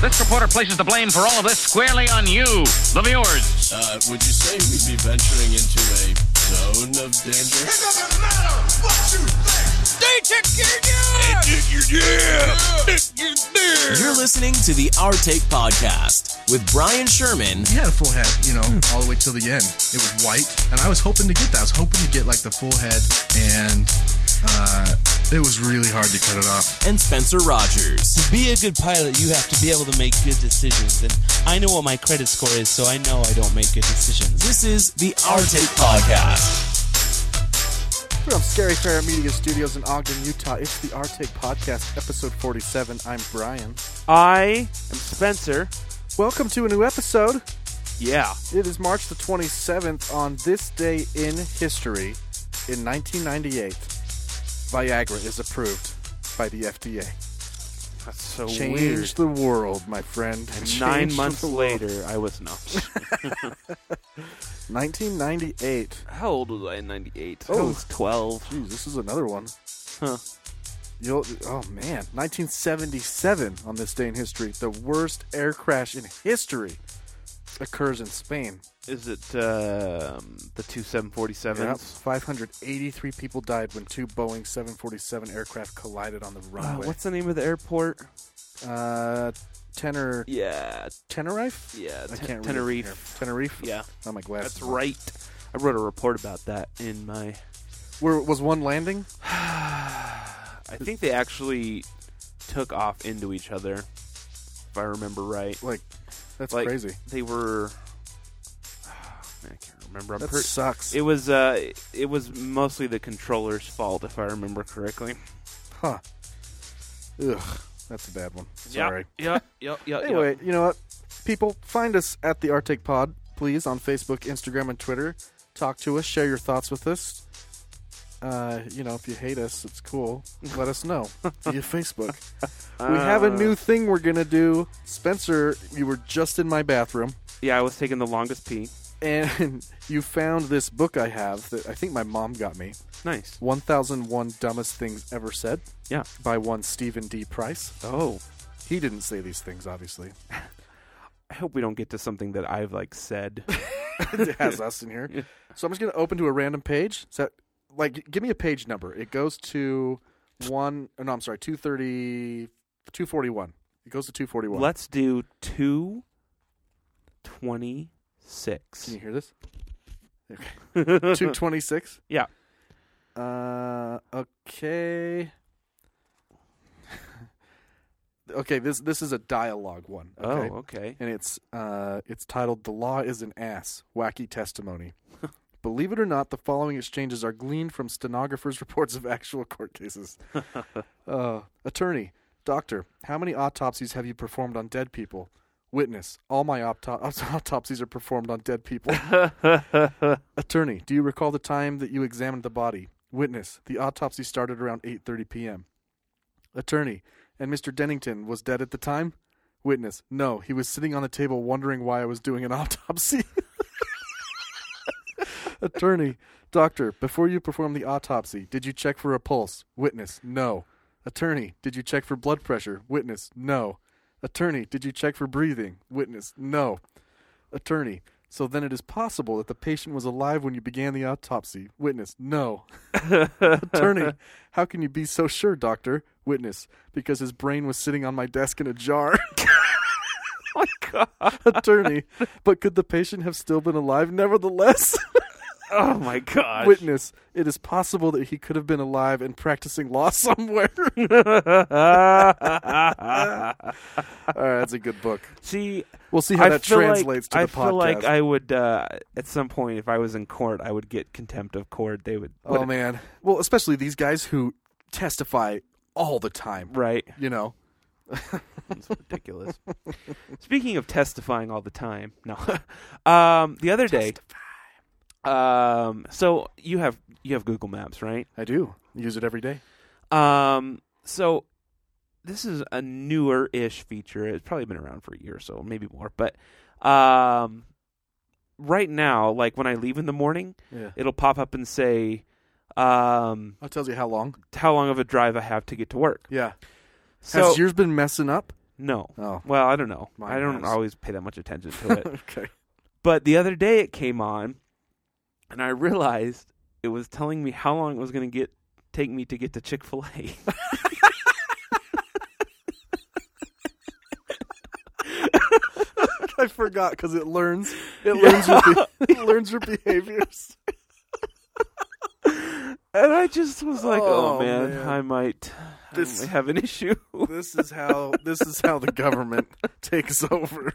This reporter places the blame for all of this squarely on you, the viewers. Uh, would you say we'd be venturing into a zone of danger? It doesn't matter what you think. They took your gun. You're listening to the Our Take Podcast with Brian Sherman He had a full head, you know, all the way till the end. It was white, and I was hoping to get that. I was hoping to get like the full head, and uh, it was really hard to cut it off. and Spencer Rogers. To be a good pilot, you have to be able to make good decisions. And I know what my credit score is, so I know I don't make good decisions. This is the Our Take Podcast. From Scary Fair Media Studios in Ogden, Utah, it's the Our Take Podcast, episode 47. I'm Brian. I am Spencer. Welcome to a new episode. Yeah. It is March the 27th on this day in history in 1998. Viagra is approved by the FDA. That's so Change weird. the world, my friend. Nine Change months the world. later, I was not. 1998. How old was I in 98? I Oh. was 12. Jeez, this is another one. Huh. You'll, oh man, 1977 on this day in history, the worst air crash in history occurs in Spain. Is it um, the two 747s? Yep, 583 people died when two Boeing 747 aircraft collided on the Uh, runway. what's the name of the airport? uh, Tenor Yeah. Tenerife? Yeah. I Ten- can't read it from Tenerife. here. Tenerife. Yeah. Oh my glasses. That's right. I wrote a report about that in my. Where was one landing? I think they actually took off into each other, if I remember right. Like, that's like crazy. they were. Man, I can't remember. I'm That pretty. sucks. It was uh, it was mostly the controller's fault, if I remember correctly. huh. Ugh, that's a bad one. Sorry. Yep. Yep. Yep. Anyway, you know what? People, find us at the Arctic Pod, please, on Facebook, Instagram, and Twitter. Talk to us, share your thoughts with us. Uh, you know, if you hate us, it's cool. Let us know via Facebook. we have Uh. a new thing we're gonna do. Spencer, you were just in my bathroom, Yeah, I was taking the longest pee. and you found this book I have that I think my mom got me. Nice. 1001 Dumbest Things Ever Said Yeah. by one Stephen D. Price. Oh. He didn't say these things, obviously. I hope we don't get to something that I've like said. it has us in here. So I'm just going to open to a random page. So, like, give me a page number. It goes to one. oh, No, I'm sorry, two thirty, two forty one. It goes to two forty one. Let's do two twenty six. Can you hear this? Two twenty six. Yeah. Uh. Okay. okay. This this is a dialogue one. Okay. Oh, okay. and it's uh, it's titled "The Law Is an Ass: Wacky Testimony." Believe it or not, the following exchanges are gleaned from stenographers' reports of actual court cases. uh, attorney, doctor, how many autopsies have you performed on dead people? Witness, all my opto- autopsies are performed on dead people. attorney, do you recall the time that you examined the body? Witness, the autopsy started around 8:30 p.m. Attorney, and Mr. Dennington was dead at the time? Witness, no, he was sitting on the table wondering why I was doing an autopsy. Attorney, doctor, before you performed the autopsy, did you check for a pulse? Witness, no. Attorney, did you check for blood pressure? Witness, no. Attorney, did you check for breathing? Witness, no. Attorney, so then it is possible that the patient was alive when you began the autopsy? Witness, no. Attorney, how can you be so sure, doctor? Witness, because his brain was sitting on my desk in a jar. Oh, Attorney, but could the patient have still been alive nevertheless? Oh my gosh. Witness, it is possible that he could have been alive and practicing law somewhere. All right, that's a good book. See, We'll see how I that feel translates like, to the I feel like podcast. I would, uh, at some point, if I was in court, I would get contempt of court. They would, Oh, man. Well, especially these guys who testify all the time, right? you know? It's ridiculous. Speaking of testifying all the time, no. um, the other day, um, so you have you have Google Maps, right? I do. Use it every day. Um, so this is a newer-ish feature. It's probably been around for a year or so, maybe more. But um, right now, like when I leave in the morning, Yeah. it'll pop up and say um, It tells you how long. how long of a drive I have to get to work. Yeah. So Has yours been messing up? No. Oh, Well, I don't know. Mine I don't has. always pay that much attention to it. okay. But the other day it came on, and I realized it was telling me how long it was going to get take me to get to Chick Fil A. I forgot because it learns. It learns your be- it learns your behaviors. And I just was like, "Oh, Oh, man, man. I might, I This- Oh, might have an issue." This is how this is how the government takes over.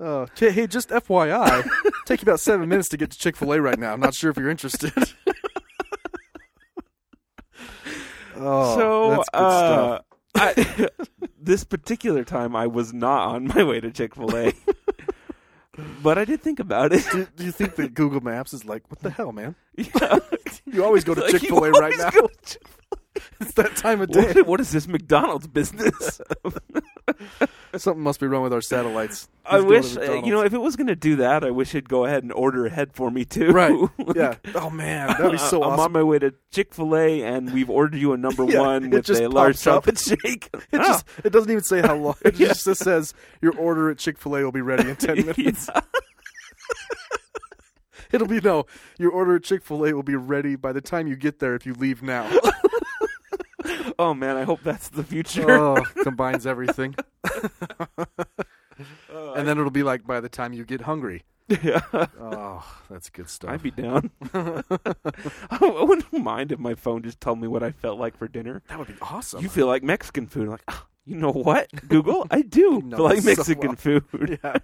Oh, hey, hey, just FYI, take you about seven minutes to get to Chick Fil A right now. I'm not sure if you're interested. oh, so, that's good uh, stuff. I, this particular time, I was not on my way to Chick Fil A, but I did think about it. Do, do you think that Google Maps is like, what the hell, man? Yeah. You always go to Like, you Chick Fil A right always now. go to Chick-fil-A. It's that time of day. What, what is this McDonald's business? Something must be wrong with our satellites. I He's going to wish uh, McDonald's. you know if it was going to do that, I wish it'd go ahead and order ahead for me too. Right. Like, uh, yeah. Oh man, that'd be so I'm on awesome. my way to Chick Fil A, and we've ordered you a number Yeah, one it with just a large pops up. chocolate shake. Ah. It just it doesn't even say how long. It just just says your order at Chick Fil A will be ready in ten minutes. It'll be no. Your order at Chick Fil A will be ready by the time you get there if you leave now. oh man, I hope that's the future. oh, combines everything. and then it'll be like by the time you get hungry. yeah, Oh, that's good stuff. I'd be down. I I wouldn't mind if my phone just told me what I felt like for dinner. that would be awesome. You feel like Mexican food? I'm like, "Ah, you know what, Google? I do know feel like so Mexican food. yeah.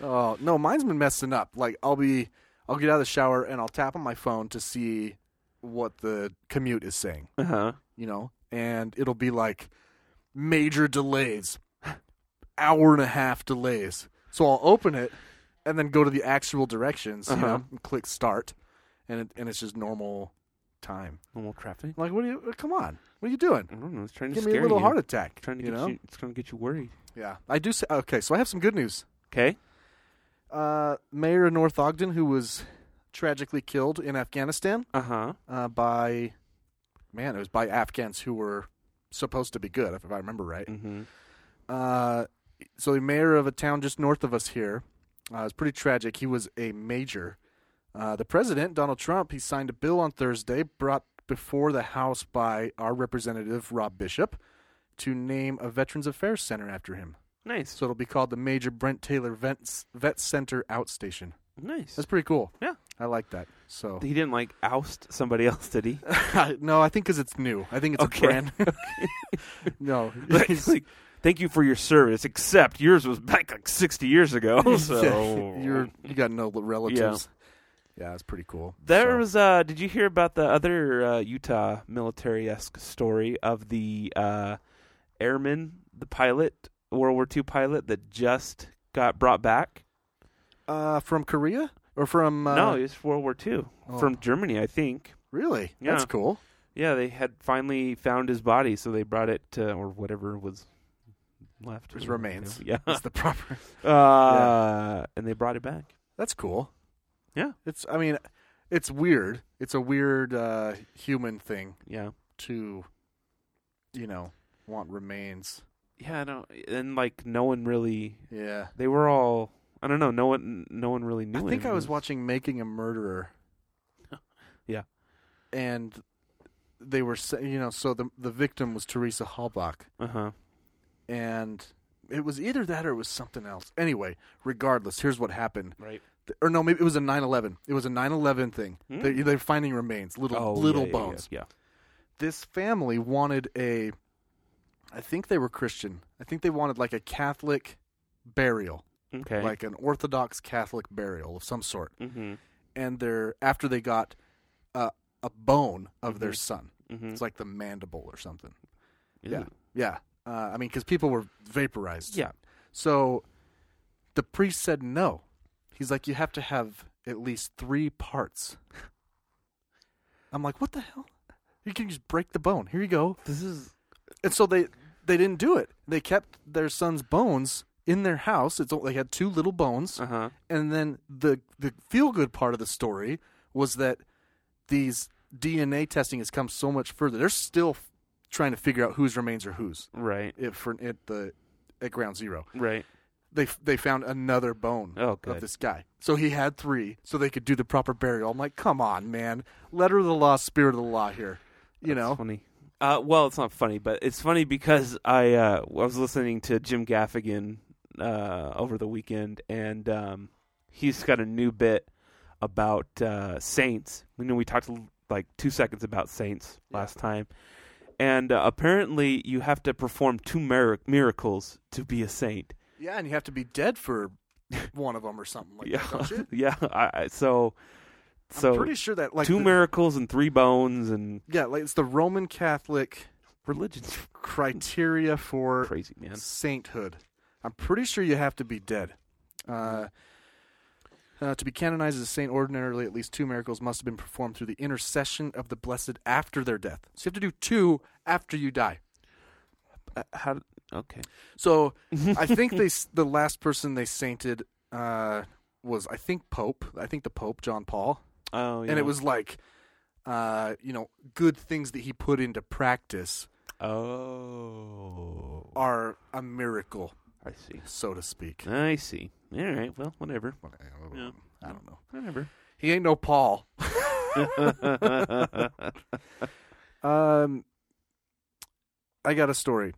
oh no, mine's been messing up. Like I'll be, I'll get out of the shower and I'll tap on my phone to see what the commute is saying. Uh huh. You know, and it'll be like major delays, hour and a half delays. So I'll open it and then go to the actual directions. You Uh-huh. know, and click start, and it, and it's just normal time. Normal traffic. I'm like, what are you? uh, Come on, what are you doing? I don't know. It's trying to Give me scare a little you. heart attack. Trying to you get know? you. It's going to get you worried. Yeah, I do. Say, okay, so I have some good news. Okay. uh, mayor of North Ogden who was tragically killed in Afghanistan Uh huh. uh, by man, it was by Afghans who were supposed to be good, if I remember right. Mm-hmm. Uh, so the mayor of a town just north of us here uh, was pretty tragic. He was a major. Uh, the president, Donald Trump, he signed a bill on Thursday brought before the House by our representative Rob Bishop to name a Veterans Affairs Center after him. Nice. So it'll be called the Major Brent Taylor Vets, Vet Center Outstation. Nice. That's pretty cool. Yeah. I like that. So he didn't like oust somebody else, did he? no, I think because it's new. I think it's Okay. a brand. no, Like, like, thank you for your service, except yours was back like sixty years ago. So uh, you're you got no relatives. Yeah, it's pretty cool. There So- was. Uh, did you hear about the other uh, Utah military-esque story of the uh, airman, the pilot, World War II pilot that just got brought back? uh, from Korea or from uh, oh. no, it's World War II from Germany, I think. really. That's Yeah. cool. Yeah, they had finally found his body, so they brought it to, or whatever was left. His remains. Yeah. That's the proper. Uh, And they brought it back. That's cool. Yeah. It's. I mean, it's weird. It's a weird uh, human thing Yeah. to, you know, want remains. Yeah, I don't. And, like, no one really. Yeah. They were all. I don't know. No one. No one really knew. I think him. I was watching Making a Murderer. Yeah. And they were, sa- you know, so the the victim was Teresa Halbach, Uh huh. and it was either that or it was something else. Anyway, regardless, here's what happened. Right. Th- Or no, maybe it was a 9/11. It was a 9/11 thing. Hmm. Oh, They, they're finding remains, little little bones. Yeah. This family wanted a, I think they were Christian. I think they wanted like a Catholic burial, Okay. like an Orthodox Catholic burial of some sort Mm-hmm. and their after they got uh, a bone of their Mhm. son. Mm-hmm. It's like the mandible or something. Yeah, yeah. Uh, I mean, because people were vaporized. Yeah. So the priest said no. He's like, you have to have at least three parts. I'm like, what the hell? You can just break the bone. Here you go. This is. And so they they didn't do it. They kept their son's bones in their house. It's only, they had two little bones Uh huh. and then the the feel good part of the story was that these DNA testing has come so much further. There's still trying to figure out whose remains are whose Right. it, for, at the at ground zero. Right. They they found another bone Oh, of good. this guy. So he had three, so they could do the proper burial. I'm like, come on, man. Letter of the law, spirit of the law here. You That's know? funny. Uh, well, it's not funny, but it's funny because I uh, I was listening to Jim Gaffigan uh, over the weekend, and um, he's got a new bit about uh, saints. We know we talked like two seconds about saints last time, and uh, apparently you have to perform two mir- miracles to be a saint. Yeah, and you have to be dead for one of them or something like yeah, that, don't you? yeah. I, I- so, so Oh, I'm pretty sure that like two the- miracles and three bones and Yeah, like it's the Roman Catholic religion's criteria for crazy, man. sainthood. I'm pretty sure you have to be dead. Uh, uh, to be canonized as a saint, ordinarily at least two miracles must have been performed through the intercession of the blessed after their death. So you have to do two after you die. Uh, how? d- Okay. So I think they s- the last person they sainted uh, was I think Pope. I think the Pope John Paul, Oh, yeah. and it was like uh, you know good things that he put into practice Oh, are a miracle, I see. so to speak. I see. All right. Well, whatever. Yeah. I don't know. Whatever. He ain't no Paul. Um, I got a story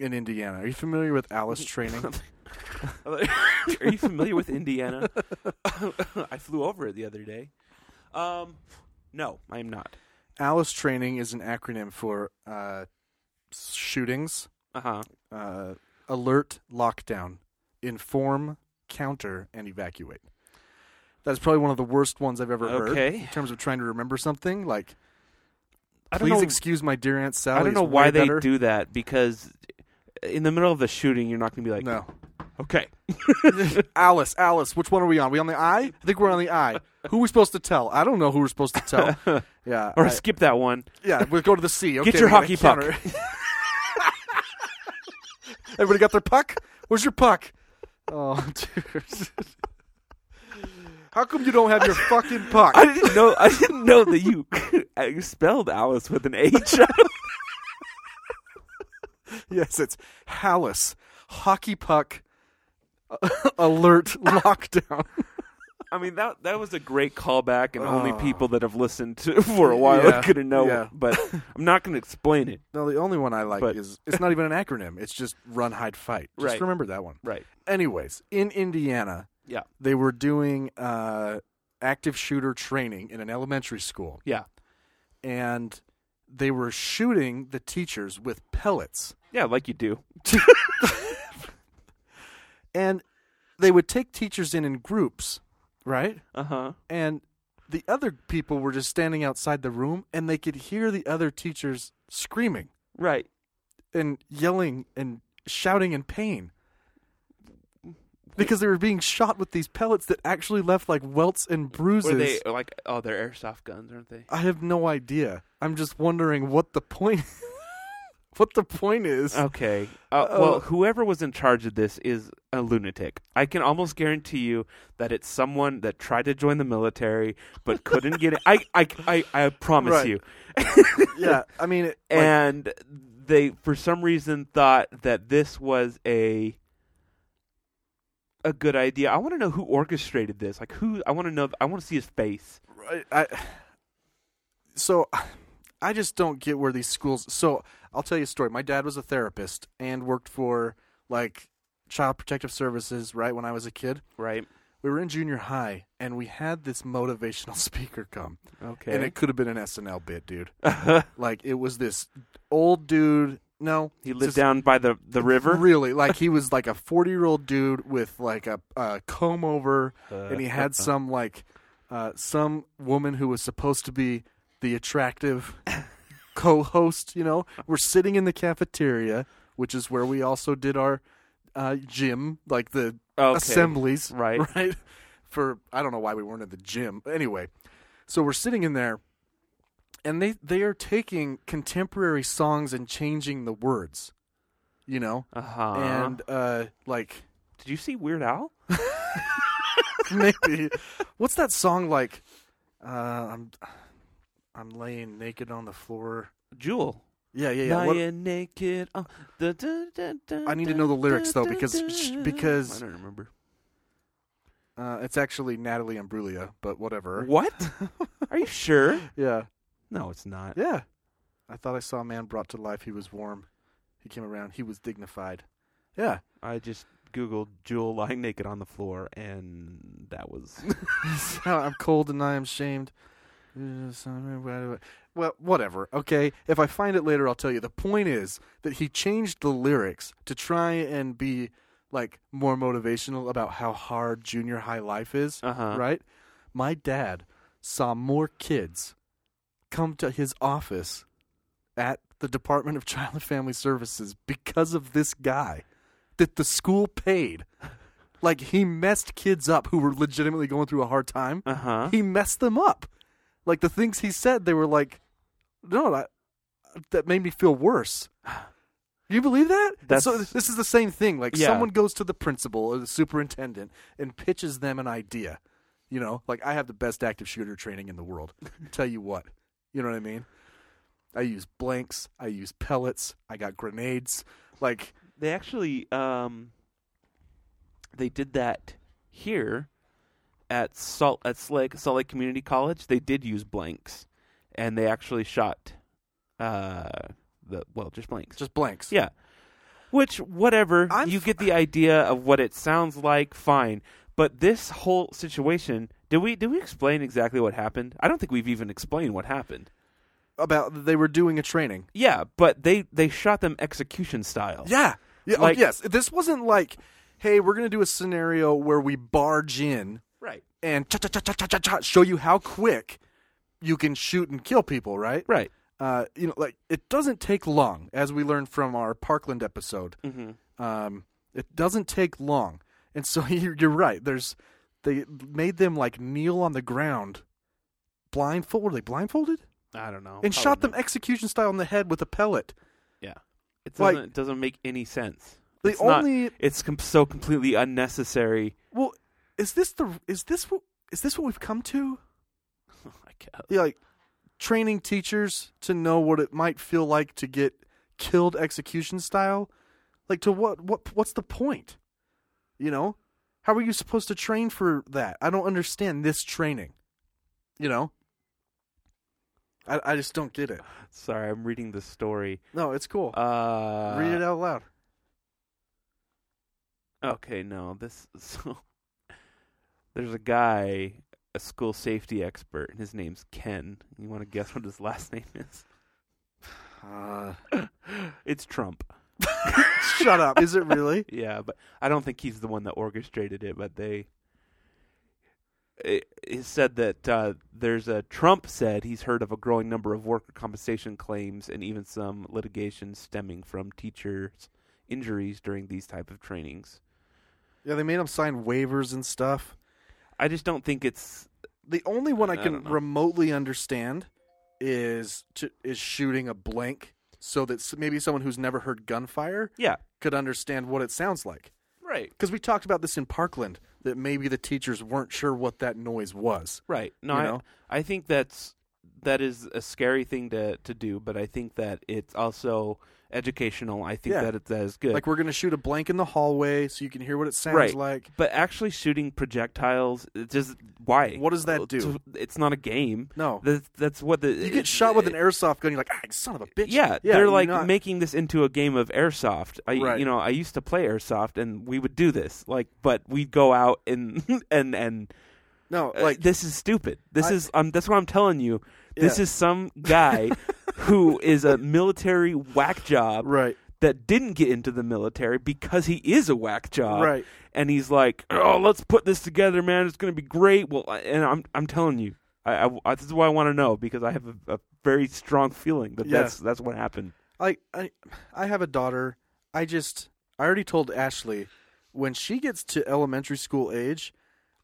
in Indiana. Are you familiar with Alice Training? Are you familiar with Indiana? I flew over it the other day. Um, no, I'm not. Alice Training is an acronym for uh, shootings, Uh huh. uh, alert, lockdown, inform, counter, and evacuate. That's probably one of the worst ones I've ever heard Okay. in terms of trying to remember something. Like, I don't please know. excuse my dear aunt Sally. I don't is know way why they better. do that because in the middle of the shooting, you're not going to be like, No, okay, Alice, Alice, which one are we on? we on the I? I think we're on the I. Who are we supposed to tell? I don't know who we're supposed to tell. Yeah. or I- skip that one. Yeah, we'll go to the sea. Okay, your we got a hockey puck. counter. Everybody got their puck? Where's your puck? Oh, dude. How come you don't have your fucking puck? I didn't know. I didn't know that you I spelled Alice with an H. yes, it's Hallis. Hockey puck alert lockdown. I mean that that was a great callback, and only people that have listened to for a while Yeah, are gonna know. yeah. But I'm not gonna explain it. No, the only one I like But- is it's not even an acronym. It's just run, hide, fight. Just Right. remember that one. Right. Anyways, in Indiana, Yeah. they were doing uh, active shooter training in an elementary school. Yeah. and they were shooting the teachers with pellets. Yeah, like you do. And they would take teachers in in groups, right? Uh huh. And the other people were just standing outside the room and they could hear the other teachers screaming Right. and yelling and shouting in pain. Because they were being shot with these pellets that actually left like welts and bruises. Were they like oh they're airsoft guns, aren't they? I have no idea. I'm just wondering what the point what the point is. Okay. Uh, well, whoever was in charge of this is a lunatic. I can almost guarantee you that it's someone that tried to join the military but couldn't get it. I I I, I promise Right. you. yeah, I mean it, like- and they for some reason thought that this was a a good idea. I want to know who orchestrated this. Like who I want to know I want to see his face. I, I so I just don't get where these schools. So I'll tell you a story. My dad was a therapist and worked for like Child Protective Services. Right when I was a kid, Right. we were in junior high and we had this motivational speaker come, Okay. and it could have been an SNL bit, dude. like it was this old dude. No, he lived just down by the the river. Really, like he was like a forty-year-old dude with like a, a comb over, Uh, and he had uh-uh. some like uh, some woman who was supposed to be the attractive co-host. You know, we're sitting in the cafeteria, which is where we also did our uh, gym, like the Okay. assemblies, Right. Right. For I don't know why we weren't at the gym. But anyway, so we're sitting in there, and they they are taking contemporary songs and changing the words. You know, Uh-huh. and uh, like Did you see Weird Al? maybe what's that song like? Uh, I'm I'm laying naked on the floor. Jewel. Yeah, yeah, yeah. Now What- you're naked. Oh, da, da, da, da, I need to da, know the lyrics, da, though, da, because da. sh- because- I don't remember. uh, it's actually Natalie Imbruglia, but whatever. What? Are you sure? Yeah, No, it's not. yeah. I thought I saw a man brought to life. He was warm. He came around. He was dignified. Yeah. I just googled Jewel lying naked on the floor, and that was Now I'm cold and I am shamed. Well, whatever. Okay. If I find it later, I'll tell you. The point is that he changed the lyrics to try and be like more motivational about how hard junior high life is. Uh-huh. Right? My dad saw more kids come to his office at the Department of Child and Family Services because of this guy that the school paid. Like he messed kids up who were legitimately going through a hard time. uh huh. He messed them up. Like the things he said, they were like, no, that, that made me feel worse. Do you believe that? That's- so this is the same thing. Like Yeah. someone goes to the principal or the superintendent and pitches them an idea. You know, like I have the best active shooter training in the world. Tell you what, you know what I mean? I use blanks. I use pellets. I got grenades. Like, They actually um they did that here at Salt at Salt Lake, Salt Lake Community College. They did use blanks, and they actually shot uh the well just blanks. just blanks. yeah. Which whatever I'm you f- get the idea of what it sounds like, fine. But this whole situation, did we did we explain exactly what happened? I don't think we've even explained what happened. About they were doing a training. Yeah, but they they shot them execution style. Yeah. Yeah. oh, Like- yes. This wasn't like, hey, we're gonna do a scenario where we barge in Right. and cha cha cha cha cha cha cha show you how quick you can shoot and kill people, right? Right. Uh, you know, like it doesn't take long, as we learned from our Parkland episode. Mm-hmm. Um, it doesn't take long, and so you're, you're right. There's they made them like kneel on the ground, blindfold. Were they blindfolded? I don't know. And shot them Probably not. execution style in the head with a pellet. Yeah, it Like- doesn't it doesn't make any sense. The It's not- only- it's com- so completely unnecessary. Well, is this the is this what is this what we've come to? I guess. Yeah, like training teachers to know what it might feel like to get killed execution style. Like to what what what's the point? You know, how are you supposed to train for that? I don't understand this training. You know, I I just don't get it. Sorry, I'm reading the story. No, it's cool. Uh, Read it out loud. Okay, no, this so there's a guy, a school safety expert, and his name's Ken. You want to guess what his last name is? Uh, It's Trump. shut up. Is it really? Yeah, but I don't think he's the one that orchestrated it. But they, it, it said that uh, there's a Trump said he's heard of a growing number of worker compensation claims and even some litigation stemming from teachers' injuries during these type of trainings. Yeah, they made him sign waivers and stuff. I just don't think it's the only one I I can don't know. remotely understand is to, is shooting a blank so that s- maybe someone who's never heard gunfire yeah could understand what it sounds like. right Because we talked about this in Parkland that maybe the teachers weren't sure what that noise was. right. No, You I, know? I think that's that is a scary thing to to do, but I think that it's also educational. I think Yeah. that it, that is good. Like we're gonna shoot a blank in the hallway so you can hear what it sounds right. like. But actually shooting projectiles, it just why? What does that do? To- It's not a game. No. that's, that's what the You get shot with an airsoft gun, you're like, ah, son of a bitch. Uh, Yeah, they're you're like not- making this into a game of airsoft. I, Right. you know, I used to play airsoft, and we would do this. Like, but we'd go out and and and no, uh, like this is stupid. This I- is um, that's what I'm telling you. This Yeah. is some guy who is a military whack job right. that didn't get into the military because he is a whack job. Right. And he's like, oh, let's put this together, man. It's going to be great. Well, I- and I'm I'm telling you, I, I- I- this is why I want to know because I have a, a very strong feeling that Yeah. that's that's what happened. like I, I have a daughter. I just, I already told Ashley, when she gets to elementary school age,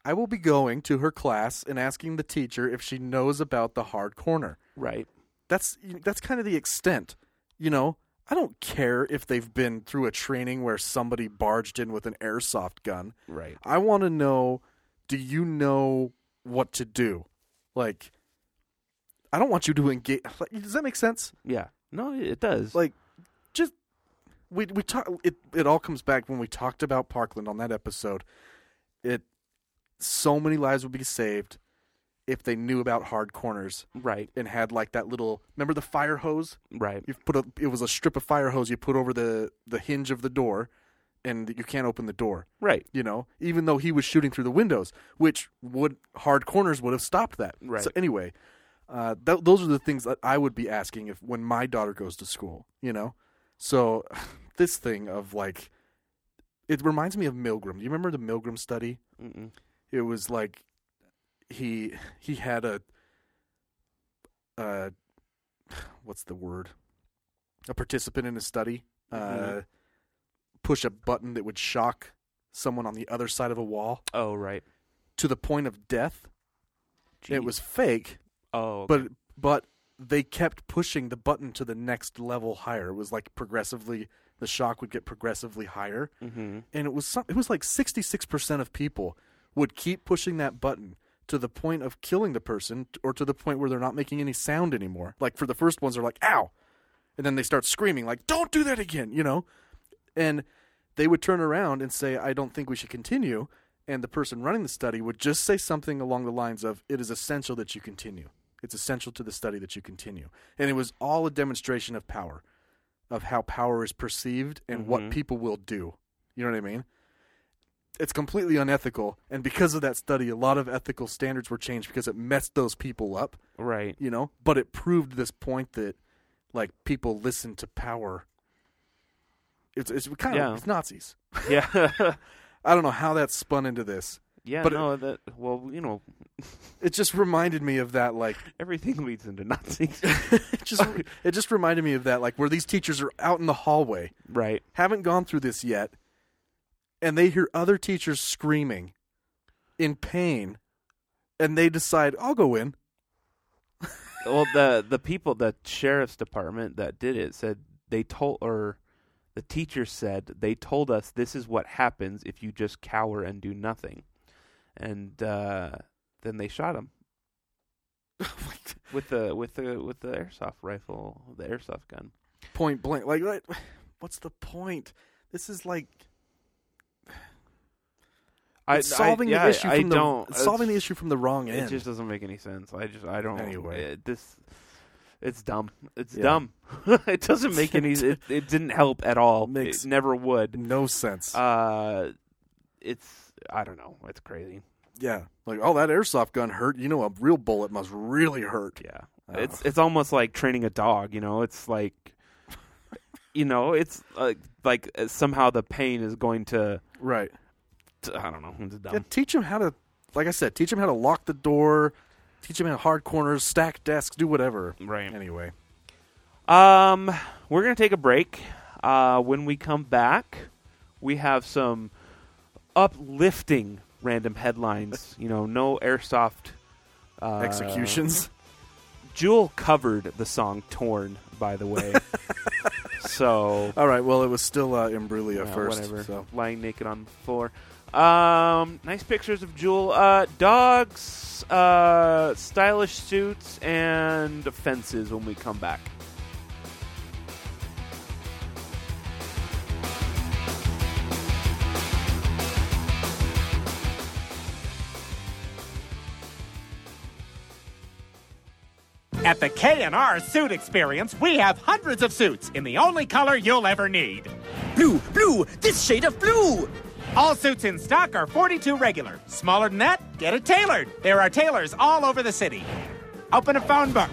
I will be going to her class and asking the teacher if she knows about the hard corner. Right. That's that's kind of the extent, you know. I don't care if they've been through a training where somebody barged in with an airsoft gun. Right. I want to know do you know what to do? Like I don't want you to engage. Does that make sense? Yeah. No, it does. Like, just we we talk. It it all comes back when we talked about Parkland on that episode. It so many lives would be saved if they knew about hard corners right, and had like that little. Remember the fire hose? right. You put a, it was a strip of fire hose you put over the the hinge of the door, and you can't open the door. Right. You know, even though he was shooting through the windows, which would hard corners would have stopped that. Right. So anyway, uh, th- those are the things that I would be asking if when my daughter goes to school. You know, so this thing of like, it reminds me of Milgram. Do you remember the Milgram study? Mm-mm. It was like he he had a uh, what's the word? A participant in a study uh, Mhm. push a button that would shock someone on the other side of a wall Oh, right. to the point of death. It Jeez. was fake, Oh, okay. but but they kept pushing the button to the next level higher. It was like progressively the shock would get progressively higher, Mhm. and it was some, it was like sixty six percent of people would keep pushing that button to the point of killing the person, t- or to the point where they're not making any sound anymore. Like for the first ones, they're like "ow," and then they start screaming like "don't do that again," you know, and they would turn around and say, I don't think we should continue. And the person running the study would just say something along the lines of, It is essential that you continue. It's essential to the study that you continue. And it was all a demonstration of power, of how power is perceived and what people will do. You know what I mean? It's completely unethical. And because of that study, a lot of ethical standards were changed because it messed those people up right. you know but it proved this point that like people listen to power it's it's kind Yeah. of it's nazis Yeah. i don't know how that spun into this yeah. But uh, it- no. that well, you know, it just reminded me of that like everything leads into Nazis. it just it just reminded me of that like where these teachers are out in the hallway right. haven't gone through this yet and they hear other teachers screaming in pain and they decide i'll go in well the the people the sheriff's department that did it said they told or the teacher said they told us this is what happens if you just cower and do nothing and uh then they shot him Oh with the with the with the airsoft rifle the airsoft gun point blank like what- what's the point this is like I, It's solving I, yeah, the issue I from the don't it's solving the it's- issue from the wrong it end. just doesn't make any sense i just i don't Anyway. it- this it's dumb it's Yeah. dumb it doesn't make any it, it didn't help at all Makes- it never would no sense. Uh, it's I don't know. It's crazy. yeah, like oh, that airsoft gun hurt. You know, a real bullet must really hurt. Yeah, Oh. it's it's almost like training a dog. You know, it's like, you know, it's like like uh, somehow the pain is going to. Right. to I don't know. It's dumb. Yeah, teach them how to, like I said, teach them how to lock the door, teach them how to hard corners, stack desks, do whatever. Right. Anyway, Um, we're gonna take a break. Uh, when we come back, we have some uplifting random headlines. you know, no airsoft uh, executions. Jewel covered the song "Torn," by the way. so All right. Well, it was still uh, Imbruglia Yeah, first. whatever. So Lying naked on the floor. Um, nice pictures of Jewel. Uh, dogs, uh, stylish suits, and fences when we come back. At the K&R Suit Experience, we have hundreds of suits in the only color you'll ever need. Blue, blue, this shade of blue. All suits in stock are 42 regular. Smaller than that, get it tailored. There are tailors all over the city. Open a phone book.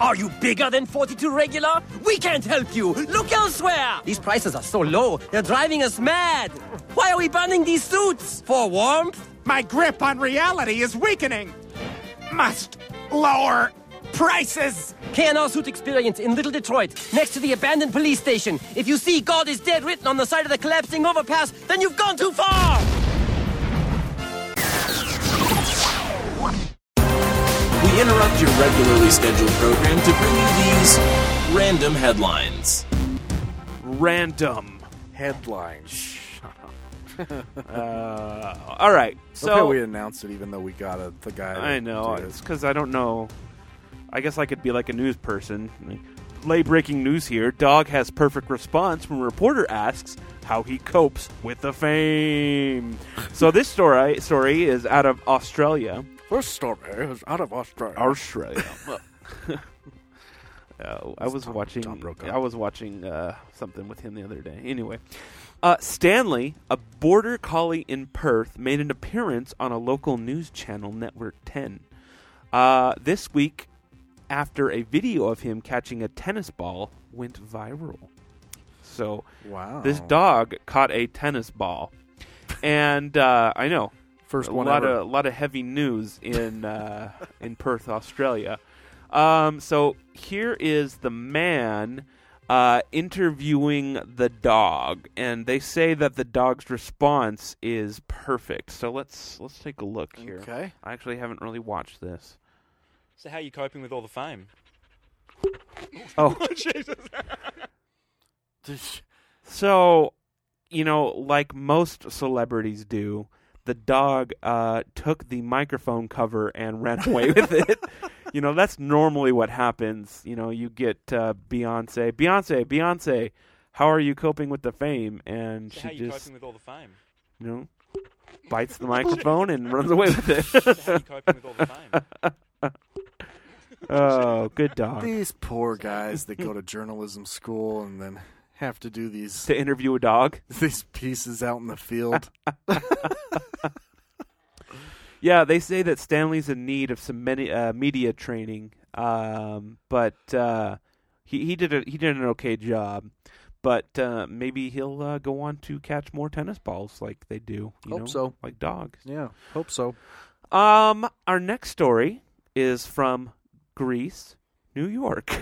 Are you bigger than 42 regular? We can't help you. Look elsewhere. These prices are so low, they're driving us mad. Why are we burning these suits? For warmth? My grip on reality is weakening. Must lower prices. K&R Suit Experience in Little Detroit, next to the abandoned police station. If you see God is dead written on the side of the collapsing overpass, then you've gone too far! We interrupt your regularly scheduled program to bring you these random headlines. Random. headlines. All right. So So okay, we announced it, even though we got a, the guy. I to know do it. it's because I don't know. I guess I could be like a news person. Like, Lay breaking news here. Dog has perfect response when reporter asks how he copes with the fame. so this story story is out of Australia. First story is out of Australia. Australia. uh, I was watching. Tom Brokaw. I was watching uh, something with him the other day. Anyway, uh, Stanley, a border collie in Perth, made an appearance on a local news channel, Network Ten, uh, this week after a video of him catching a tennis ball went viral. So wow. this dog caught a tennis ball, and uh, I know first a one lot ever. of lot of heavy news in uh, in Perth, Australia. Um, so here is the man uh, interviewing the dog, and they say that the dog's response is perfect. So let's let's take a look here. Okay. I actually haven't really watched this. So how are you coping with all the fame? Oh, So, you know, like most celebrities do, the dog uh, took the microphone cover and ran away with it. You know, that's normally what happens. You know, you get uh, Beyonce, Beyonce, Beyonce. How are you coping with the fame? And So she how are you just, coping with all the fame? you know, bites the microphone and runs away with it. So how are you coping with all the fame? oh, good dog. These poor guys that go to journalism school and then have to do these To interview a dog. these pieces out in the field. Yeah, they say that Stanley's in need of some medi- uh, media training, um, but uh, he he did a, he did an okay job. But uh, maybe he'll uh, go on to catch more tennis balls like they do. You Hope know, so. Like dogs. Yeah, hope so. Um, our next story is from Greece, New York.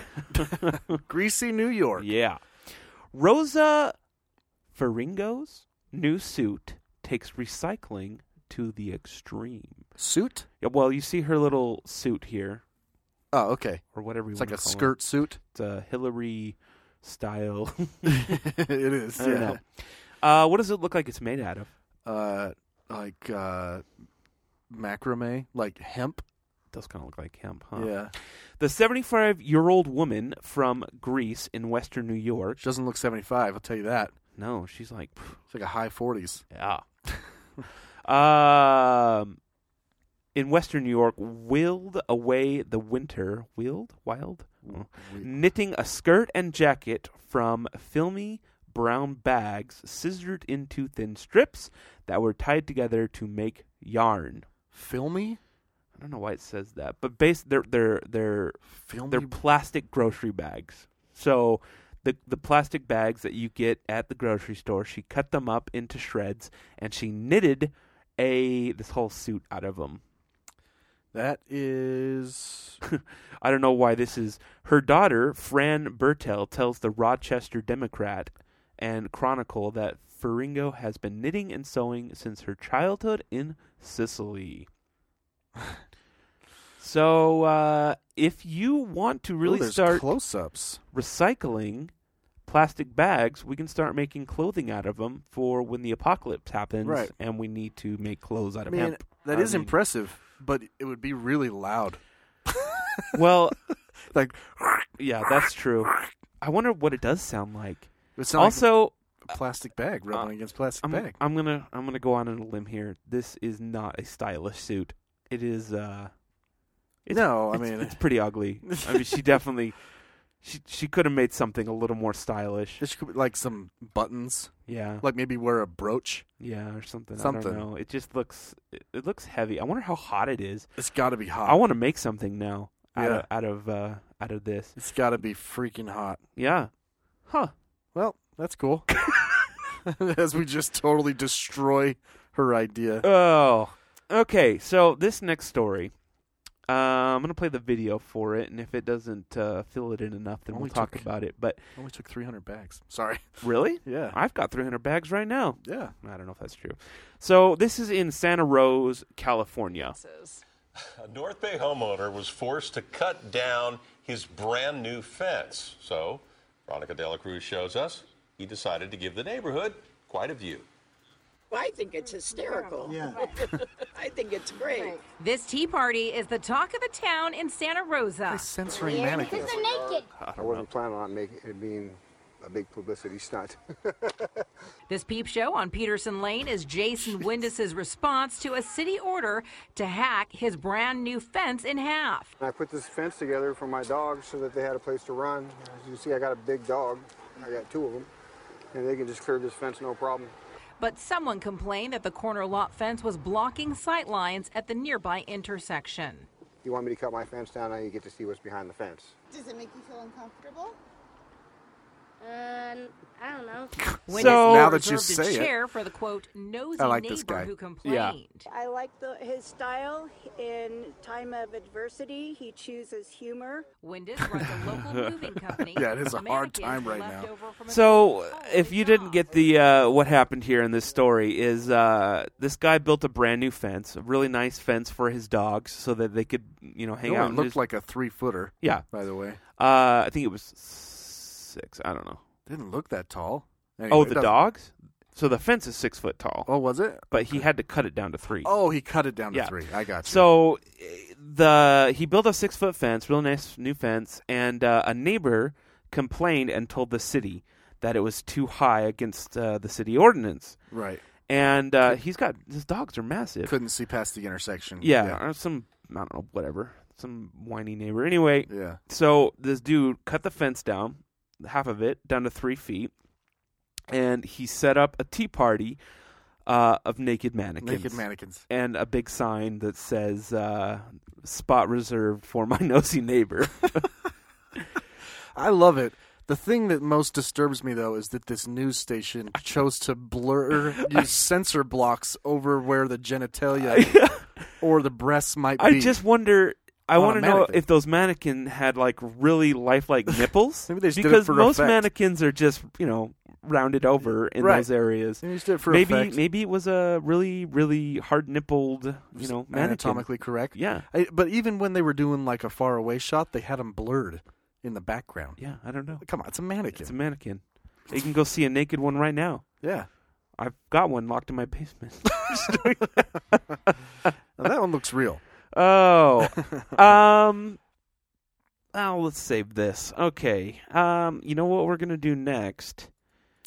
Greasy New York. yeah, Rosa Faringo's new suit takes recycling to the extreme. Suit? Yeah, well, you see her little suit here. Oh, okay. or whatever you It's want like a to call skirt uh, suit. It. It's a Hillary style. it is. I don't know. Uh, what does it look like? It's made out of. Uh, like uh, macrame, like hemp. Does kind of look like hemp, huh? Yeah. The 75-year-old woman from Greece in Western New York. She doesn't look 75, I'll tell you that. No, she's like, "Pff, It's like a high 40s. yeah. um, in Western New York, willed away the winter. Willed, wild, Oh. knitting a skirt and jacket from filmy brown bags scissored into thin strips that were tied together to make yarn. Filmy? I don't know why it says that, but base they're they're they're Filmy? they're plastic grocery bags. So the the plastic bags that you get at the grocery store, she cut them up into shreds and she knitted a this whole suit out of them. That is. I don't know why this is. Her daughter, Fran Bertel, tells the Rochester Democrat and Chronicle that Faringo has been knitting and sewing since her childhood in Sicily. so, uh, if you want to really Ooh, there's start close ups. recycling plastic bags, we can start making clothing out of them for when the apocalypse happens Right. and we need to make clothes out of Man, hemp. that I is mean- impressive, but it would be really loud. Well, Like, yeah, that's true. I wonder what it does sound like. it's not also, Also, like a plastic bag rubbing uh, against plastic I'm, bag. I'm gonna I'm gonna go out on a limb here. This is not a stylish suit. It is. uh it's, No, I it's- mean- it's pretty ugly. I mean, she definitely she she could have made something a little more stylish. This could be like some buttons, Yeah, like maybe wear a brooch. yeah, or something. I Something. don't know. It just looks it, it looks heavy. I wonder how hot it is. It's got to be hot. I want to make something now out Yeah. of out of uh, out of this. it's got to be freaking hot. Yeah. Huh. Well, that's cool. As we just totally destroy her idea. Oh, okay. So this next story, uh, I'm gonna play the video for it, and if it doesn't uh, fill it in enough, then we'll Only talk took- about it. But Only took 300 bags. Sorry. really, Yeah. I've got 300 bags right now. yeah. I don't know if that's true. So this is in Santa Rose, California. A North Bay homeowner was forced to cut down his brand new fence. So, Veronica Dela Cruz shows us he decided to give the neighborhood quite a view. I think it's hysterical. Yeah. I think it's great. This tea party is the talk of the town in Santa Rosa. censoring Yeah, because mannequins. they're naked. I wasn't planning on making it being a big publicity stunt. This peep show on Peterson Lane is Jason Windus's response to a city order to hack his brand new fence in half. I put this fence together for my dogs so that they had a place to run. As you see, I got a big dog. I got two of them, and they can just clear this fence no problem. But someone complained that the corner lot fence was blocking sight lines at the nearby intersection. You want me to cut my fence down? Now you get to see what's behind the fence. Does it make you feel uncomfortable? Um, I don't know. Windus So- Now that you reserved say a it- chair for the quote nosy I like neighbor this guy. who Yeah. complained. I like the, his style. In time of adversity, he chooses humor. Windus runs a local moving company. Yeah, it is a hard time right now. So, if you didn't get the uh, what happened here in this story, is uh, this guy built a brand new fence, a really nice fence for his dogs, so that they could you know hang It out. only and looked just- like a three footer. Yeah. by the way, Uh, I think it was six. I don't know. didn't look that tall. oh, Anyway, the doesn't- dogs. So the fence is six foot tall. Oh, was it? But he had to cut it down to three. Oh, he cut it down to Yeah. three. I got you. So eh, the he built a six foot fence, real nice new fence, and uh, a neighbor complained and told the city that it was too high against uh, the city ordinance. Right. And uh, he's got his dogs are massive. couldn't see past the intersection. Yeah, Uh, or some I don't know, whatever, some whiny neighbor. Anyway, Yeah. So this dude cut the fence down, half of it down to three feet, and he set up a tea party uh, of naked mannequins. Naked mannequins. and a big sign that says uh, "Spot reserved for my nosy neighbor." I love it. The thing that most disturbs me though is that this news station chose to blur use sensor blocks over where the genitalia or the breasts might be. I just wonder. I on a want to know mannequin. if those mannequin had like really lifelike nipples. Maybe they just did it because for most effect. mannequins are just you know rounded over in Right. those areas. Maybe they just did it for maybe effect. maybe it was a really really hard nippled you know mannequin. anatomically correct. Yeah. I, but even when they were doing like a far away shot, they had them blurred in the background. Yeah, I don't know. Come on, it's a mannequin. It's a mannequin. You can go see a naked one right now. Yeah. I've got one locked in my basement. Now, that one looks real. Oh. um Oh, let's save this. Okay. Um you know what we're going to do next?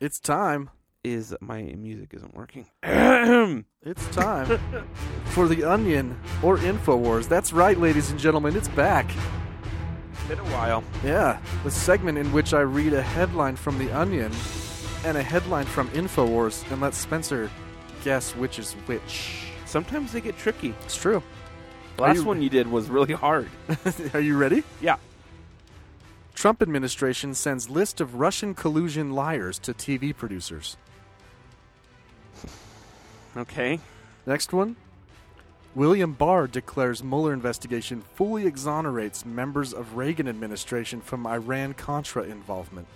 It's time is my music isn't working. It's time for the Onion or Infowars. That's right, ladies and gentlemen, it's back. Been a while. Yeah, the segment in which I read a headline from The Onion and a headline from InfoWars and let Spencer guess which is which. Sometimes they get tricky. It's true. Last you- one you did was really hard. Are you ready? Yeah. Trump administration sends list of Russian collusion liars to TV producers. Okay. Next one. William Barr declares Mueller investigation fully exonerates members of Reagan administration from Iran Contra involvement.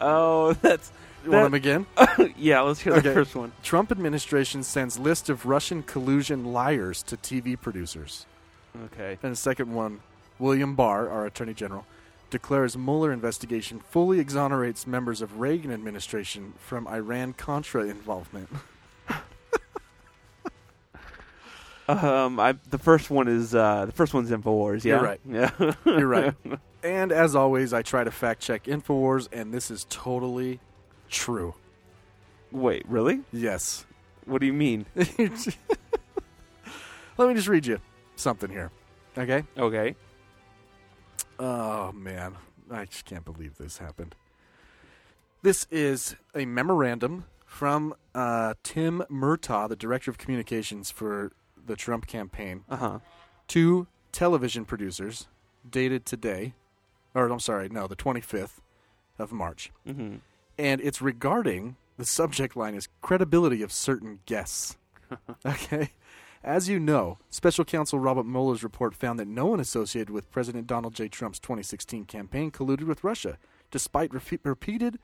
Oh, that's You want that- them again? yeah, let's hear the first one. Trump administration sends list of Russian collusion liars to TV producers. Okay. And the second one, William Barr, our attorney general, declares Mueller investigation fully exonerates members of Reagan administration from Iran Contra involvement. Um I the first one is uh the first one's InfoWars, yeah. You're right. Yeah. You're right. and as always, I try to fact check Infowars, and this is totally true. Wait, really? Yes. What do you mean? Let me just read you something here. Okay. Okay. Oh, man. I just can't believe this happened. This is a memorandum from uh, Tim Murtaugh, the director of communications for the Trump campaign, Uh-huh. to television producers dated today, or I'm sorry, no, the 25th of March. Mhm. And it's regarding the subject line is credibility of certain guests. okay. As you know, special counsel Robert Mueller's report found that no one associated with President Donald J. Trump's 2016 campaign colluded with Russia, despite refe- repeated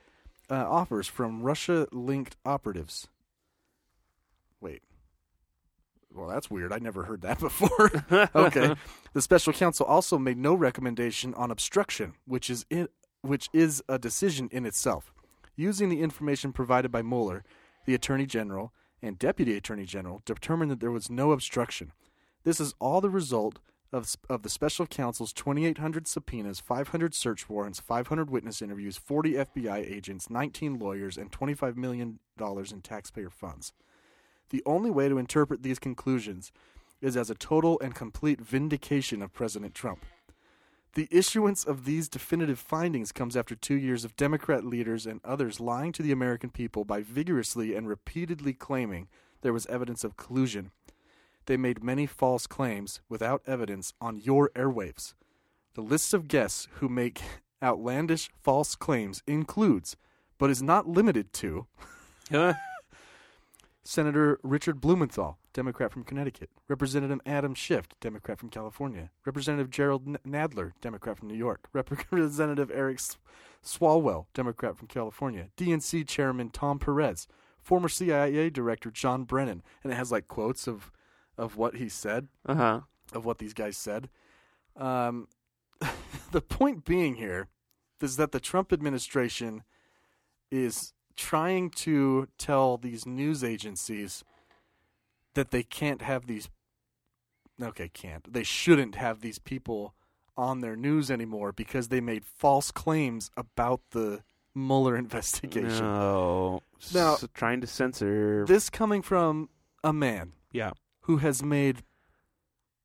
uh, offers from Russia linked operatives. Wait. Well, that's weird. I never heard that before. okay. The special counsel also made no recommendation on obstruction, which is in, which is a decision in itself. Using the information provided by Mueller, the Attorney General and Deputy Attorney General determined that there was no obstruction. This is all the result of, s- of the special counsel's 2,800 subpoenas, 500 search warrants, 500 witness interviews, 40 FBI agents, 19 lawyers, and $25 million in taxpayer funds. The only way to interpret these conclusions is as a total and complete vindication of President Trump. The issuance of these definitive findings comes after two years of Democrat leaders and others lying to the American people by vigorously and repeatedly claiming there was evidence of collusion. They made many false claims without evidence on your airwaves. The list of guests who make outlandish false claims includes, but is not limited to, Senator Richard Blumenthal, Democrat from Connecticut. Representative Adam Schiff, Democrat from California. Representative Gerald N- Nadler, Democrat from New York. Representative Eric S- Swalwell, Democrat from California. DNC Chairman Tom Perez, former CIA Director John Brennan, and it has like quotes of of what he said, Uh-huh. of what these guys said. Um, the point being here is that the Trump administration is trying to tell these news agencies that they can't have these okay can't they shouldn't have these people on their news anymore because they made false claims about the Mueller investigation. No. Now- S- trying to censor. This coming from a man Yeah. who has made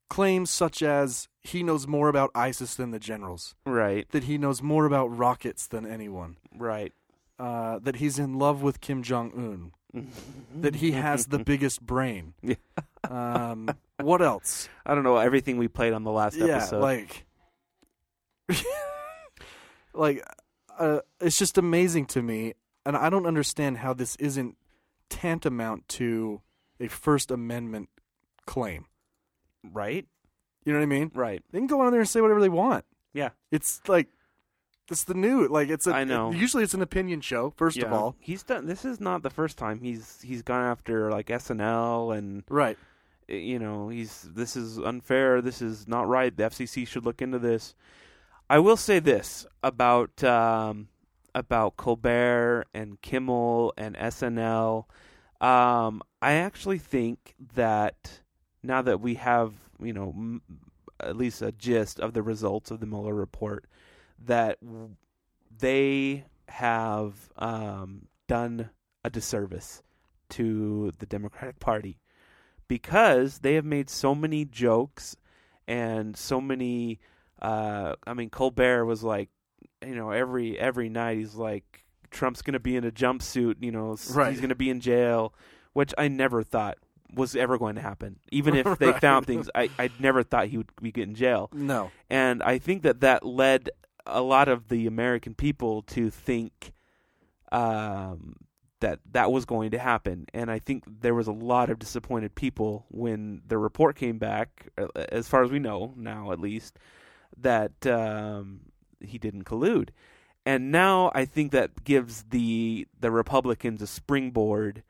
claims such as he knows more about ISIS than the generals. Right. That he knows more about rockets than anyone. Right. Uh, that he's in love with Kim Jong Un. that he has the biggest brain. Yeah. Um, what else? I don't know everything we played on the last yeah, episode. like, like, uh, it's just amazing to me, and I don't understand how this isn't tantamount to a First Amendment claim. Right. You know what I mean? Right. They can go on there and say whatever they want. Yeah. It's like it's the new like it's a I know. usually it's an opinion show first of Yeah. all. he's done. This is not the first time he's he's gone after like SNL and eh, right. You know, he's this is unfair. This is not right. The FCC should look into this. I will say this about um, about Colbert and Kimmel and SNL. Um, I actually think that now that we have you know m- at least a gist of the results of the Mueller report, that w- they have um, done a disservice to the Democratic Party because they have made so many jokes and so many. Uh, I mean, Colbert was like, you know, every every night he's like, Trump's gonna be in a jumpsuit, you know, s- Right. he's gonna be in jail, which I never thought was ever going to happen. Even if they Right. found things, I I never thought he would be in jail. No. And I think that that led a lot of the American people to think um, that that was going to happen. And I think there was a lot of disappointed people when the report came back, uh, as far as we know now at least, that um, he didn't collude. And now I think that gives the the Republicans a springboard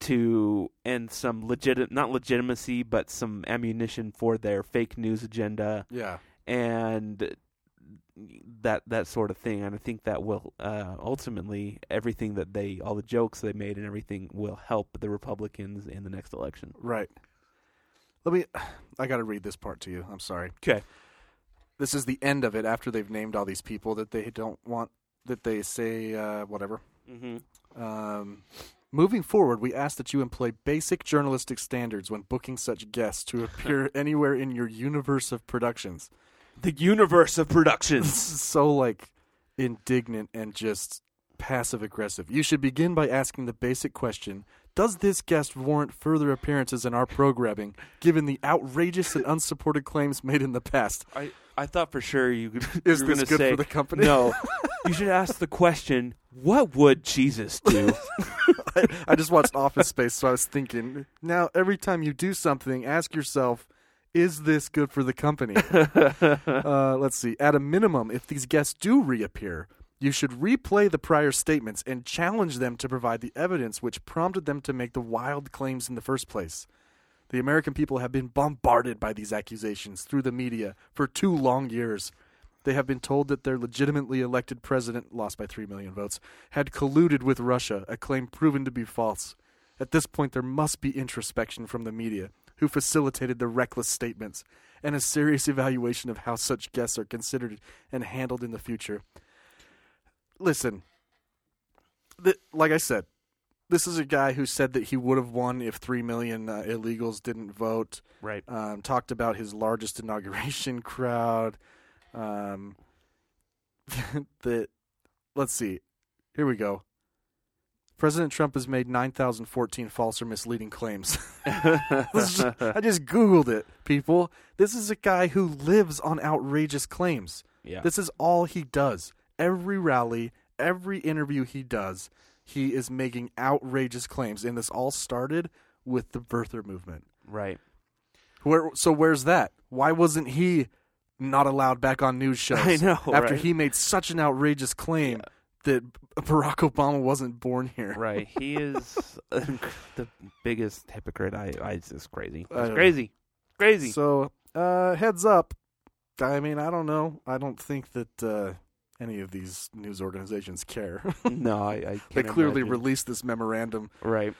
to and some legit not legitimacy but some ammunition for their fake news agenda Yeah. and that that sort of thing and i think that will uh, ultimately everything that they all the jokes they made and everything will help the republicans in the next election Right. Let me. I got to read this part to you. I'm sorry. 'Kay. This is the end of it after they've named all these people that they don't want, that they say uh, whatever. Mhm. Um, moving forward, we ask that you employ basic journalistic standards when booking such guests to appear anywhere in your universe of productions. The universe of productions. so, like, indignant and just passive aggressive. You should begin by asking the basic question Does this guest warrant further appearances in our programming, given the outrageous and unsupported claims made in the past? i i thought for sure you could Is you were this gonna good say, for the company? no you should ask the question what would jesus do I, I just watched Office Space, so I was thinking, now every time you do something, ask yourself, is this good for the company? uh, let's see. At a minimum, if these guests do reappear, you should replay the prior statements and challenge them to provide the evidence which prompted them to make the wild claims in the first place. The American people have been bombarded by these accusations through the media for two long years. They have been told that their legitimately elected president, lost by 3 million votes, had colluded with Russia, a claim proven to be false. At this point, there must be introspection from the media, who facilitated the reckless statements, and a serious evaluation of how such guests are considered and handled in the future. Listen, th- like I said, this is a guy who said that he would have won if three million uh, illegals didn't vote. Right. Um, talked about his largest inauguration crowd. Um, the let's see, here we go. President Trump has made 9,014 false or misleading claims. This is- I just Googled it, people. This is a guy who lives on outrageous claims. Yeah. This is all he does. Every rally, every interview he does, he is making outrageous claims. And this all started with the birther movement. Right. Where so where's that? Why wasn't he not allowed back on news shows? I know, After right? he made such an outrageous claim that Barack Obama wasn't born here. Right. He is the biggest hypocrite. I, I it's just crazy. I It's don't- crazy. Crazy. So, uh, heads up. I mean, I don't know. I don't think that uh, any of these news organizations care. No, I- I they can clearly imagine. released this memorandum, right?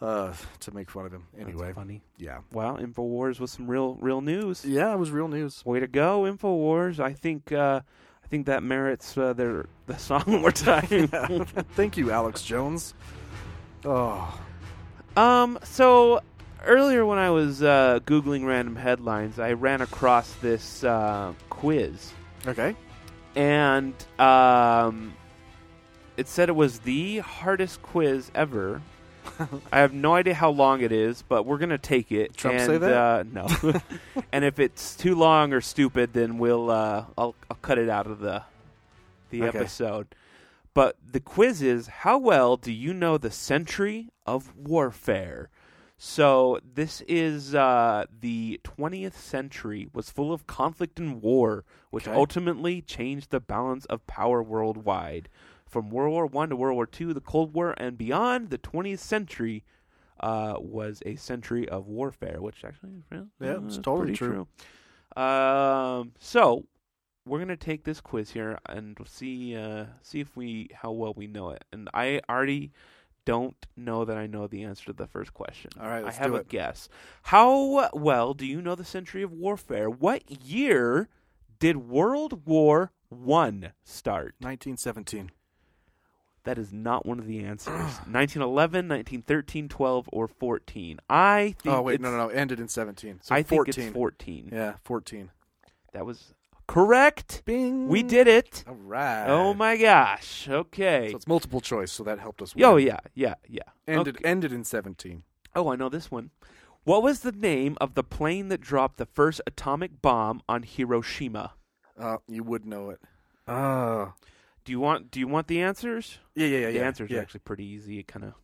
Uh, to make fun of him. Anyway, funny. Yeah. Wow. Infowars was some real, real news. Yeah, it was real news. Way to go, Infowars. I think, uh, I think that merits uh, their the song one more time. Thank you, Alex Jones. Oh. Um. So earlier when I was uh, googling random headlines, I ran across this uh, quiz. Okay. And um, it said it was the hardest quiz ever. I have no idea how long it is, but we're gonna take it. Trump and, say that? Uh, no. and if it's too long or stupid, then we'll uh, I'll, I'll cut it out of the the Okay. episode. But the quiz is how well do you know the century of warfare? So this is uh, the 20th century was full of conflict and war, which Okay. ultimately changed the balance of power worldwide. From World War One to World War Two, the Cold War, and beyond, the 20th century uh, was a century of warfare, which actually is real. Yeah, it's uh, totally pretty true. true. Um, so we're gonna take this quiz here and see uh, see if we how well we know it. And I already don't know that I know the answer to the first question. All right, let's I have do a it. guess. How well do you know the century of warfare? What year did World War One start? 1917. That is not one of the answers. 1911, 1913, 12, or 14. I think Oh wait, no, it's- no, no. Ended in 17. So I think 14. it's 14. Yeah, 14. That was correct. Bing. We did it. All right. Oh my gosh. Okay. Uh, So it's multiple choice, so that helped us. Oh, win. yeah, yeah, yeah. Ended Okay. ended in 17. Oh, I know this one. What was the name of the plane that dropped the first atomic bomb on Hiroshima? Uh, you would know it. Oh. Do you want do you want the answers? Yeah, yeah, yeah, The yeah, answers yeah. are actually pretty easy. It kind of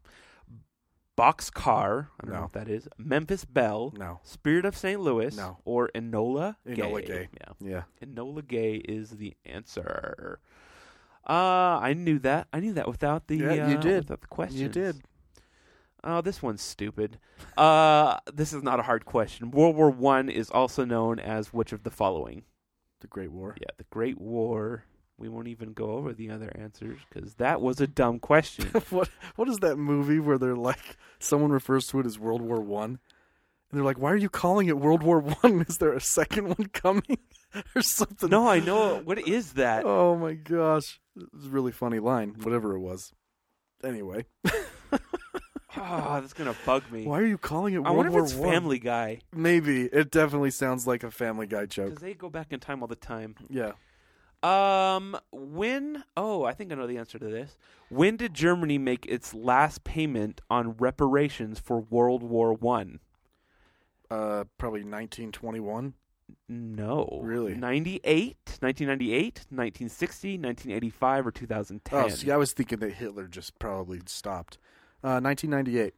Boxcar, I don't know No. what that is. Memphis Belle, No. Spirit of St. Louis, No. or Enola Gay. Enola Gay. Yeah. Yeah. Enola Gay is the answer. Uh, I knew that. I knew that without the Yeah, uh, you did. without the You questions. did. Oh, this one's stupid. Uh, this is not a hard question. World War One is also known as which of the following? The Great War. Yeah, the Great War. We won't even go over the other answers because that was a dumb question. what what is that movie where they're like someone refers to it as World War One, and they're like, "Why are you calling it World War One? Is there a second one coming or something?" no, I know. What is that? Oh my gosh, it was a really funny line, whatever it was. Anyway, Oh, that's gonna bug me. why are you calling it I World wonder War if it's One? Family Guy Maybe it definitely sounds like a Family Guy joke. because they go back in time all the time. Yeah. Um, when? Oh, I think I know the answer to this. When did Germany make its last payment on reparations for World War One? Uh, probably 1921. No. Really? 98, 1998, 1960, 1985, or 2010. Oh, see, I was thinking that Hitler just probably stopped. Uh, 1998.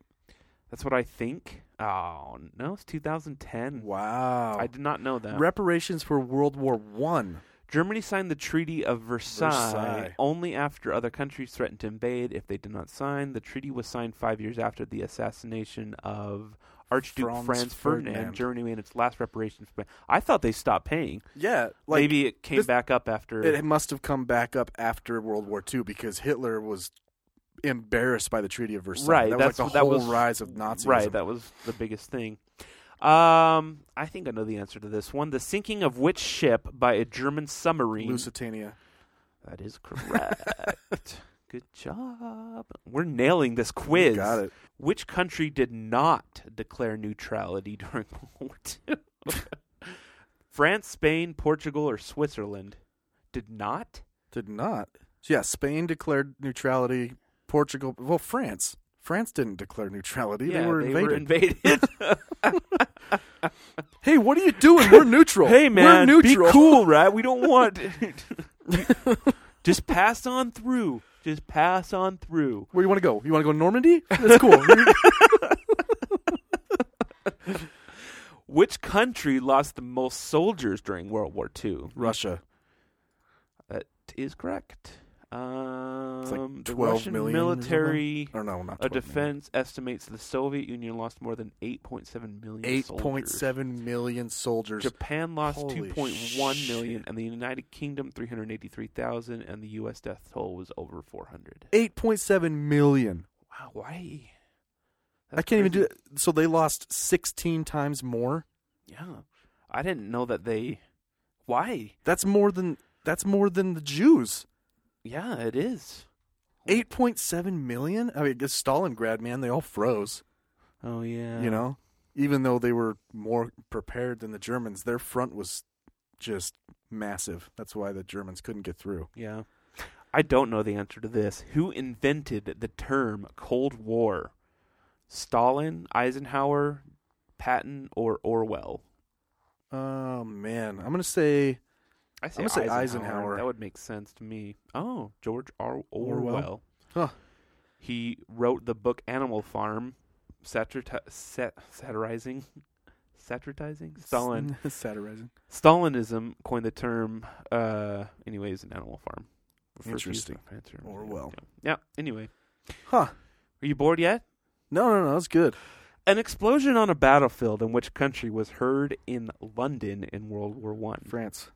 That's what I think. Oh, no, it's 2010. Wow. I did not know that. Reparations for World War One. Germany signed the Treaty of Versailles, Versailles. only after other countries threatened to invade if they did not sign. The treaty was signed five years after the assassination of Archduke Franz Franz, Ferdinand, Ferdinand. Germany made its last reparations. payment. I thought they stopped paying. Yeah, like, maybe it came this- back up after. It must have come back up after World War II because Hitler was embarrassed by the Treaty of Versailles. Right, that was that's like the that whole was, rise of Nazism. Right, that was the biggest thing. Um, I think I know the answer to this one. The sinking of which ship by a German submarine? Lusitania. That is correct. Good job. We're nailing this You quiz. got it. Which country did not declare neutrality during World War II? France, Spain, Portugal, or Switzerland? Did not? Did not. So yeah, Spain declared neutrality. Portugal, well, France. France didn't declare neutrality. Yeah, they were they invaded. were invaded. hey, what are you doing? We're neutral. Hey man, we're neutral. be cool, right? We don't want. Just pass on through. Just pass on through. Where you want to go? You want to go to Normandy? That's cool. Which country lost the most soldiers during World War II? Russia. That is correct. Um, like the 12 Russian million or military something? Or no, not a 12 million. defense estimates the Soviet Union lost more than 8.7 million Eight soldiers. point seven million soldiers. Japan lost Holy 2.1 million, and the United Kingdom 383,000, and the U.S. death toll was over 400. Eight point seven million. Wow, why? I can't even do it. So they lost 16 times more. Yeah, I didn't know that they. Why? That's more than that's more than the Jews. Yeah, it is. 8.7 million? I mean, it's Stalingrad, man. They all froze, Oh yeah, you know? Even though they were more prepared than the Germans, their front was just massive. That's why the Germans couldn't get through. Yeah, I don't know the answer to this. Who invented the term Cold War? Stalin, Eisenhower, Patton, or Orwell? Oh, man. I'm going to say I I'm gonna say Eisenhower. That would make sense to me. Oh, George R. Orwell. Orwell. Huh. He wrote the book Animal Farm, satirti- sat- satirizing, satirizing Stalin. satirizing. Stalinism coined the term. Uh, anyways, an Animal Farm. Refers to Interesting. the Panther. Orwell. Yeah. Anyway. Huh. Are you bored yet? No, no, no. That's good. An explosion on a battlefield in which country was heard in London in World War One? France.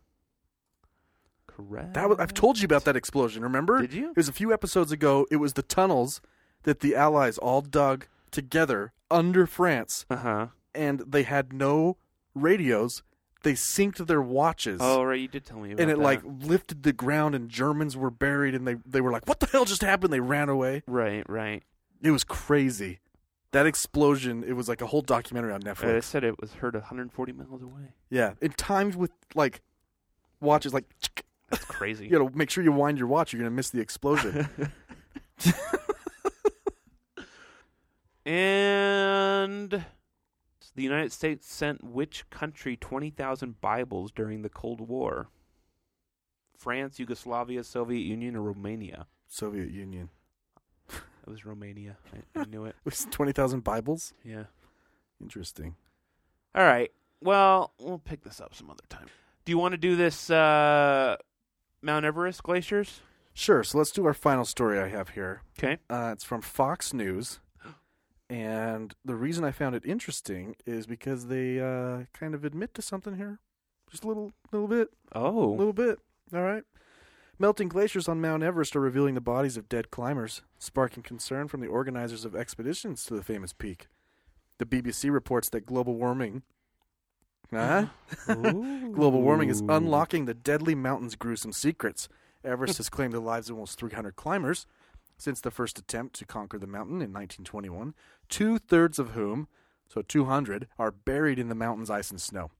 Correct. That was, I've told you about that explosion. Remember? Did you? It was a few episodes ago. It was the tunnels that the Allies all dug together under France, uh-huh. and they had no radios. They synced their watches. Oh, right. You did tell me about and it that. like lifted the ground, and Germans were buried, and they they were like, "What the hell just happened?" They ran away. Right. Right. It was crazy. That explosion. It was like a whole documentary on Uh, It Netflix. said it was heard 140 miles away. yeah, it timed with like watches, like That's crazy. you gotta make sure you wind your watch. You're gonna miss the explosion. And the United States sent which country 20,000 Bibles during the Cold War? France, Yugoslavia, Soviet Union, or Romania? Soviet Union. It was Romania. I, I knew it. It was 20,000 Bibles? Yeah. Interesting. All right. Well, we'll pick this up some other time. Do you want to do this uh, Mount Everest glaciers? Sure. So let's do our final story I have here. Okay. Uh, it's from Fox News. And the reason I found it interesting is because they uh, kind of admit to something here. Just a little, little bit. A Oh. little bit. All right. Melting glaciers on Mount Everest are revealing the bodies of dead climbers, sparking concern from the organizers of expeditions to the famous peak. The BBC reports that global warming. Huh? global warming is unlocking the deadly mountain's gruesome secrets. Everest has claimed the lives of almost 300 climbers since the first attempt to conquer the mountain in 1921, two thirds of whom, so 200, are buried in the mountain's ice and snow.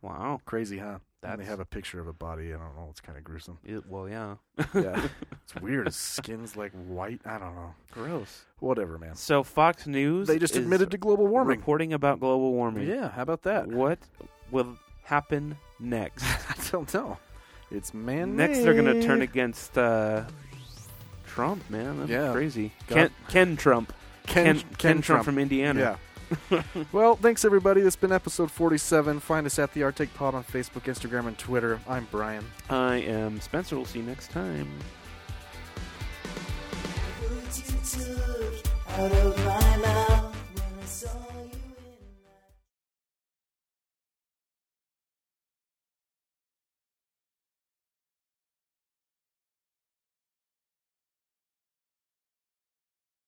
Wow. Crazy, huh? And they That's- have a picture of a body. I don't know. It's kind of gruesome. It- well, yeah. Yeah. it's weird. His skin's like white. I don't know. Gross. Whatever, man. So Fox News They just is admitted to global warming. reporting about global warming. Yeah, how about that? What will happen next? I don't know. It's man next, they're going to turn against uh, Trump, man. That's Yeah. crazy. God. Ken, Ken Trump. Ken, Ken, Trump from Indiana. Yeah. well, thanks everybody. That's been episode 47. Find us at the Arctic Pod on Facebook, Instagram, and Twitter. I'm Brian. I am Spencer. We'll see you next time. What you took out of my